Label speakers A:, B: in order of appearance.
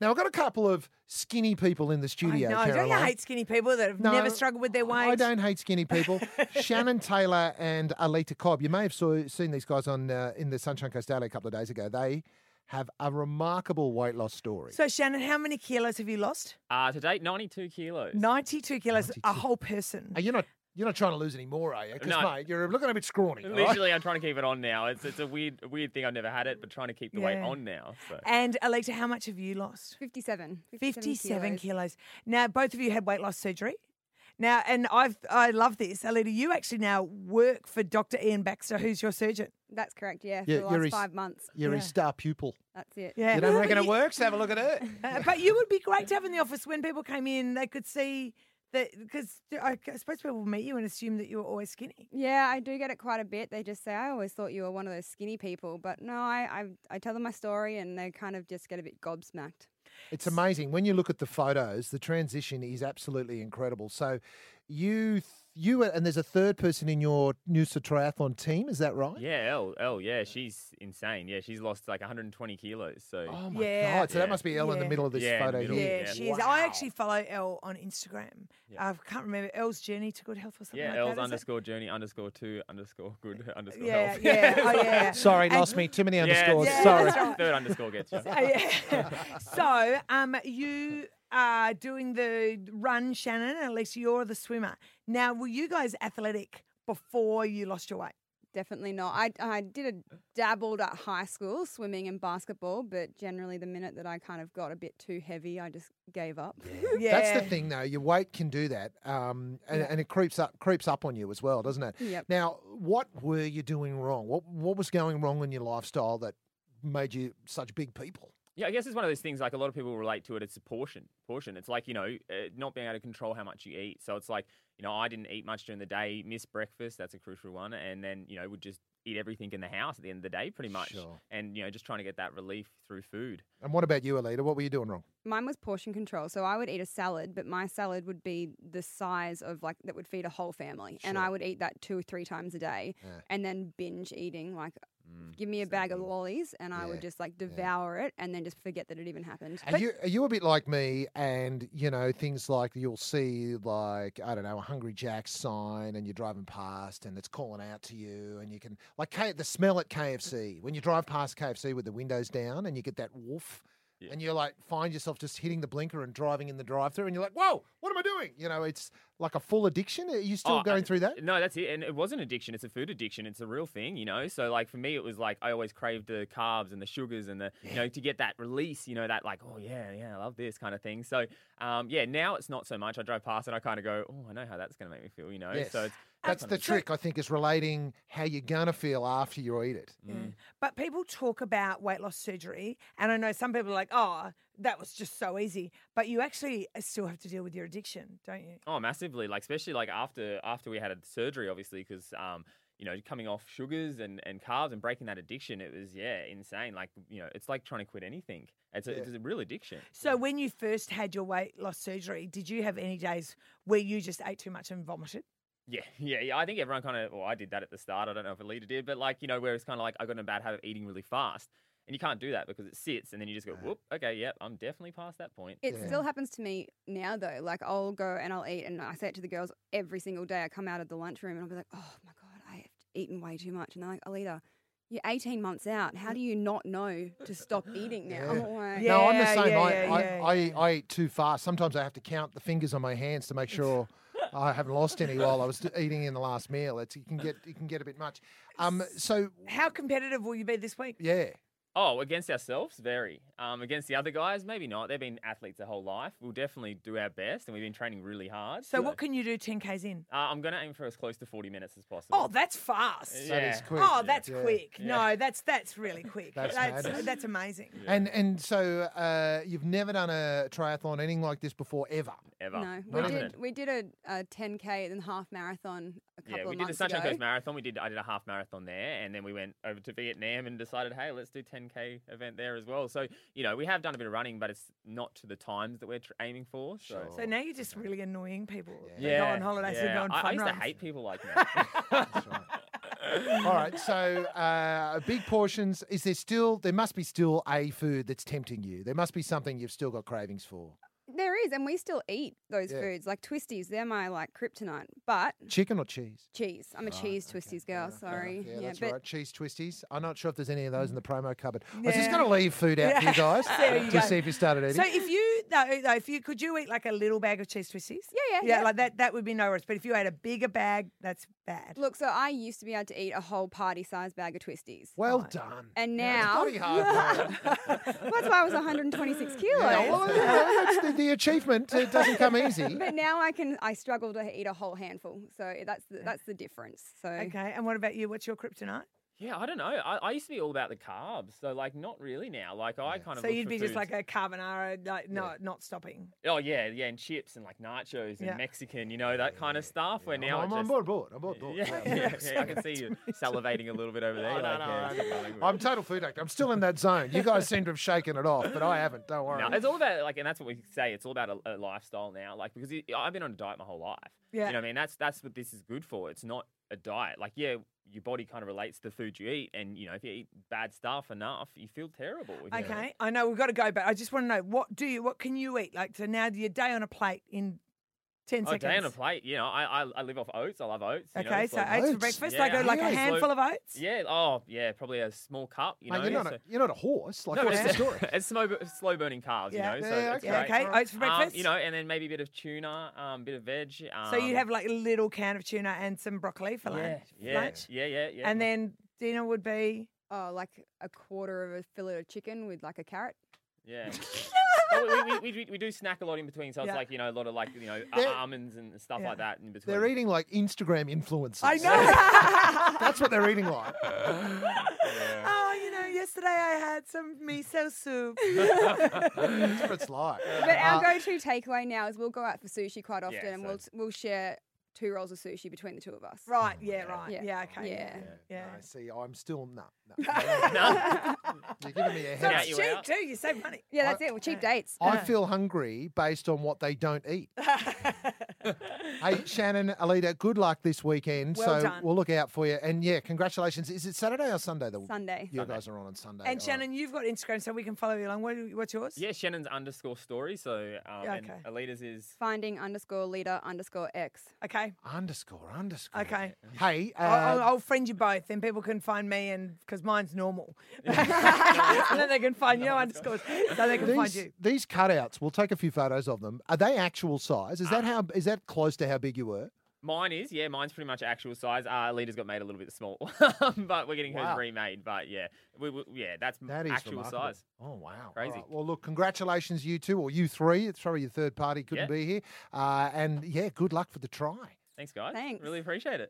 A: Now, I've got a couple of skinny people in the studio.
B: I know. Don't you
A: Caroline.
B: hate skinny people that have
A: No,
B: never struggled with their weight?
A: I don't hate skinny people. Shannon Taylor and Alita Cobb. You may have saw, seen these guys on uh, in the Sunshine Coast Daily a couple of days ago. They have a remarkable weight loss story.
B: So, Shannon, how many kilos have you lost?
C: Uh, to date, 92 kilos.
B: 92 kilos, a whole person.
A: Are you not you're not trying to lose any more, are you? Because
C: No.
A: mate, you're looking a bit scrawny. all right?
C: Literally, I'm trying to keep it on now. It's it's a weird weird thing. I've never had it, but trying to keep the weight
B: Yeah.
C: on now. So.
B: And, Alita, how much have you lost?
D: 57.
B: 57 kilos.
D: kilos.
B: Now, both of you had weight loss surgery. Now, and I've I love this, Alita. You actually now work for Dr. Ian Baxter, who's your surgeon.
D: That's correct, yeah, for
A: Yeah,
D: the
A: you're
D: last
A: his-
D: five months.
A: You're
B: Yeah.
A: a star pupil.
D: That's it.
B: Yeah,
A: You don't
B: Well,
A: reckon
B: but
A: it works? Have a look at it.
B: Uh, but you would be great to have in the office when people came in, they could see that because I I suppose people meet you and assume that you were always skinny.
D: Yeah, I do get it quite a bit. They just say, I always thought you were one of those skinny people. But no, I, I, I tell them my story and they kind of just get a bit gobsmacked.
A: It's amazing when you look at the photos. The transition is absolutely incredible. So, you you and there's a third person in your Noosa triathlon team. Is that right?
C: Yeah, Elle, Elle, yeah, she's insane. Yeah, she's lost like 120 kilos. So
A: Oh my
B: Yeah.
A: god! So that
C: Yeah.
A: must be Elle in the
B: Yeah.
A: middle of this
C: Yeah, in the
A: photo.
C: middle.
A: here.
B: Yeah,
C: yeah.
B: she is. I actually follow Elle on Instagram. I can't remember Elle's journey to good health or something
C: yeah,
B: like
C: Elle's
B: that. is it?
C: underscore journey underscore two underscore good underscore
B: Yeah,
C: health.
B: yeah, oh, yeah.
A: Sorry,
B: And-
A: lost me too many
C: Yeah,
A: underscores.
B: yeah,
A: Sorry.
B: that's right.
C: Third underscore gets you.
B: Uh, yeah. so, um, you are doing the run, Shannon, and Alicia, you're the swimmer. Now, were you guys athletic before you lost your weight?
D: Definitely not. I, I did a dabbled at high school, swimming and basketball, but generally the minute that I kind of got a bit too heavy, I just gave up.
A: That's the thing, though. Your weight can do that, um, and, and it creeps up creeps up on you as well, doesn't it?
D: Yep.
A: Now, what were you doing wrong? What what was going wrong in your lifestyle that made you such big people?
C: Yeah, I guess it's one of those things. Like a lot of people relate to it. It's a portion. Portion. It's like you know, uh, not being able to control how much you eat. So it's like you know, I didn't eat much during the day. Missed breakfast. That's a crucial one. And then you know, would just eat everything in the house at the end of the day, pretty much.
A: Sure.
C: And you know, just trying to get that relief through food.
A: And what about you, Alita? What were you doing wrong?
D: Mine was portion control, so I would eat a salad, but my salad would be the size of like that would feed a whole family, and I would eat that two or three times a day,
A: Yeah. Mm,
D: and then binge eating. Like, give me a bag of lollies, and I
A: Yeah,
D: would just like devour it, and then just forget that it even happened.
A: Are you are you a bit like me? And you know things like you'll see like I don't know a Hungry Jack's sign, and you're driving past, and it's calling out to you, and you can like K, the smell at KFC when you drive past KFC with the windows down, and you get that woof. And you like find yourself just hitting the blinker and driving in the drive-through, and you're like, "Whoa, what am I doing?" You know, it's like a full addiction. Are you still
C: Oh,
A: going
C: and-
A: through that?
C: No, that's it. And it was an addiction. It's a food addiction. It's a real thing, you know. So like for me, it was like I always craved the carbs and the sugars and the you know to get that release, you know, that like oh yeah, yeah, I love this kind of thing. So um, yeah, now it's not so much. I drive past it, I kind of go, oh, I know how that's going to make me feel, you know.
A: Yes.
C: So it's
A: That's
C: kind
A: the
C: of-
A: trick, I think, is relating how you're gonna feel after you eat it.
C: Mm.
B: Mm. But people talk about weight loss surgery, and I know some people are like, oh, that was just so easy. But you actually still have to deal with your addiction, don't you?
C: Oh, massively. Like especially like after after we had a surgery, obviously, because um, you know, coming off sugars and, and carbs and breaking that addiction, it was yeah, insane. Like you know, it's like trying to quit anything. It's a, it's a real addiction.
B: So, when you first had your weight loss surgery, did you have any days where you just ate too much and vomited?
C: Yeah, yeah, yeah. I think everyone kind of, well, I did that at the start. I don't know if Alita did, but like, you know, where it's kind of like I got in a bad habit of eating really fast. And you can't do that because it sits and then you just go, whoop, okay, yep, I'm definitely past that point.
D: It still happens to me now though. Like I'll go and I'll eat, and I say it to the girls every single day. I come out of the lunchroom and I'll be like, "Oh my god, I have eaten way too much," and they're like, "Alita, you're 18 months out. How do you not know to stop eating now?" I'm like,
B: Yeah.
A: no, I'm the same.
B: yeah,
A: I,
B: yeah,
A: I,
B: yeah,
A: I, I eat too fast. Sometimes I have to count the fingers on my hands to make sure I haven't lost any while I was eating in the last meal. It's, it can get it can get a bit much. Um, so
B: How competitive will you be this week?
A: yeah,
C: Oh, against ourselves, very. Um, against the other guys, maybe not. They've been athletes their whole life. We'll definitely do our best and we've been training really hard.
B: So, what can you do 10Ks in?
C: Uh, I'm going to aim for as close to 40 minutes as possible.
B: Oh, that's fast.
A: that is
C: Yeah.
A: quick.
B: Oh, that's
A: Yeah.
B: quick.
C: Yeah.
B: No, that's that's really quick.
A: That's
B: that's that's,
A: madness.
B: amazing.
A: And and so uh, you've never done a triathlon anything like this before ever.
C: ever.
D: No,
C: Not
D: we
C: even
D: did
C: it.
D: we did a, a 10k and half marathon a couple
C: Yeah, we
D: of
C: did the
D: months
C: Sunshine
D: ago.
C: Coast Marathon. We did. I did a half marathon there, and then we went over to Vietnam and decided, hey, let's do 10k event there as well. So you know, we have done a bit of running, but it's not to the times that we're tr- aiming for. So.
B: So now you're just really annoying people. that
C: Yeah,
B: go on holidays and
C: yeah.
B: go on
C: I,
B: fun
C: I used
B: runs.
C: to hate people like that.
A: All right. So uh, big portions. Is there still? There must be still a food that's tempting you. There must be something you've still got cravings for.
D: There is, and we still eat those
A: Yeah.
D: foods. Like Twisties, they're my like kryptonite. But
A: Chicken or cheese?
D: cheese, I'm a
A: Right,
D: cheese
A: Oh, okay,
D: Twisties
A: fair
D: girl.
A: enough, fair enough.
D: sorry,
A: Yeah, that's
D: but
A: right. Cheese twisties. I'm not sure if there's any of those in the promo cupboard. I was just going to leave food out for
B: Yeah.
A: you guys
B: There you
A: to
B: go.
A: see if you started eating.
B: So if you though, though, if you could you eat like a little bag of cheese twisties?
D: yeah, yeah,
B: Yeah, like that that would be no risk. But if you ate a bigger bag, that's bad.
D: Look, so I used to be able to eat a whole party size bag of Twisties,
A: well
B: fine.
A: done.
D: and
A: It's
D: now
A: bloody hard. work.
D: that's why I was 126 kilos.
A: Yeah, well, yeah, that's the, the achievement. It doesn't come easy.
D: But now I can. I struggle to eat a whole handful, so that's the, that's the difference. So
B: Okay. And what about you? What's your kryptonite?
C: Yeah, I don't know. I, I used to be all about the carbs, so like not really now. Like I
A: Yeah.
C: kind of
B: So
C: look
B: you'd
C: for
B: be just
C: foods-
B: like a carbonara, like no, not stopping.
C: oh yeah, yeah, and chips and like nachos and
B: Yeah.
C: Mexican, you know that kind of stuff. Where
A: I'm,
C: now
A: I'm
C: it
A: on
C: just
A: board, board. I'm on board.
C: yeah,
A: Yeah.
C: yeah, yeah, I can see you salivating a little bit over there.
A: Oh, no,
C: like,
A: no,
C: yeah,
A: I'm-
C: something like that.
A: I'm total food addict. I'm still in that zone. You guys seem to have shaken it off, but I haven't. Don't worry.
C: No, it's all about like, and that's what we say. It's all about a, a lifestyle now, like because it, I've been on a diet my whole life.
B: Yeah.
C: you know what I mean. That's that's what this is good for. It's not a diet. Like, yeah, your body kind of relates to the food you eat, and you know if you eat bad stuff enough, you feel terrible. if you know what I mean.
B: Okay. I know we've got to go, but I just want to know what do you what can you eat? Like so now your day on a plate in ten
C: Oh,
B: seconds.
C: day on a plate. You know, I, I I live off oats. I love oats. you know,
B: Okay,
C: it's
B: so
C: like-
B: oats for
A: Oats?
B: breakfast.
C: Yeah,
B: I go like a
A: yeah.
B: handful of oats.
C: Yeah. Oh, yeah. Probably a small cup. You know.
A: Mate, you're, not
C: so-
A: a, you're not a horse. Like,
C: No,
A: what's
C: it's,
A: the story?
C: it's slow, bu- slow burning carbs.
B: Yeah.
C: You know.
A: Yeah,
C: so it's
B: Yeah,
A: Right.
C: great.
B: okay. Oats for
C: Um,
B: breakfast.
C: you know, and then maybe a bit of tuna, um, bit of veg. Um,
B: so you have like a little can of tuna and some broccoli for
C: yeah,
B: lunch.
C: yeah,
B: lunch.
C: yeah, yeah, yeah.
B: And then dinner would be
D: oh, like a quarter of a fillet of chicken with like a carrot.
C: Yeah. But we, we, we, we do snack a lot in between, so
B: Yeah.
C: it's like, you know, a lot of like, you know,
A: They're-
C: uh, almonds and stuff
B: Yeah.
C: like that in between.
A: They're eating like Instagram influencers.
B: I know.
A: That's what they're eating like.
C: Yeah.
B: Oh, you know, yesterday I had some miso soup.
A: That's what it's like.
D: But our
A: Uh,
D: go-to takeaway now is we'll go out for sushi quite often,
C: Yeah,
D: and
C: so-
D: we'll we'll share two rolls of sushi between the two of us.
B: Right, yeah, right. Yeah,
D: Yeah.
B: okay.
D: Yeah.
B: Yeah.
A: No, uh, see, I'm still no. no.
C: No.
A: You're giving me a
B: So
A: headache.
C: Yeah,
B: it's
C: you
B: cheap
C: out.
B: too, you save money.
D: Yeah, that's it. Well, cheap dates.
A: I feel hungry based on what they don't eat. hey, Shannon, Alita, good luck this weekend.
B: Well
A: so
B: done.
A: we'll look out for you. And yeah, congratulations. Is it Saturday or Sunday? The
D: Sunday.
A: You
C: Sunday.
A: guys are on on Sunday. Oh,
B: And
A: All right.
B: Shannon, you've got Instagram, so we can follow you along. What, what's yours?
C: yeah, Shannon's underscore story. So, um,
B: Yeah,
C: and
B: okay.
C: Alita's is.
D: Finding underscore leader underscore X.
B: Okay.
A: Underscore, underscore.
B: Okay.
A: Hey, uh,
B: I'll, I'll- I'll friend you both, then people can find me, and because mine's normal, and then they can find you underscores, so they can find
A: uh, these,
B: you.
A: these cutouts, we'll take a few photos of them. Are they actual size? Is that
B: Uh,
A: how? Is that close to how big you were?
C: Mine is, yeah, mine's pretty much actual size. Uh, Alita's got made a little bit small, but we're getting
A: Wow.
C: hers remade. But yeah, we, we, yeah, that's m-
A: That is
C: actual
A: remarkable.
C: size.
A: Oh wow!
C: Crazy.
A: Alright, Well, look, congratulations, you two or you three. It's probably your third party couldn't
C: Yeah.
A: be here, uh, and yeah, good luck for the try.
C: Thanks, guys.
D: Thanks.
C: Really appreciate it.